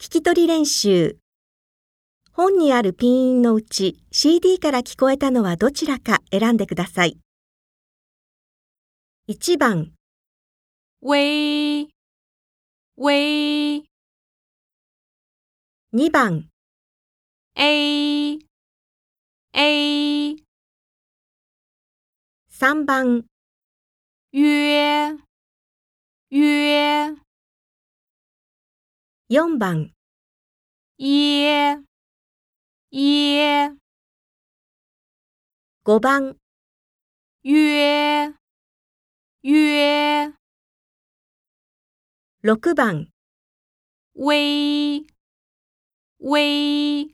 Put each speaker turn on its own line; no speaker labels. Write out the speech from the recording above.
聞き取り練習。本にあるピン音のうち CD から聞こえたのはどちらか選んでください。1番、
喂喂
2番、
a a
3番、
约约
4番、
耶耶
5番、
约约
6番。
微微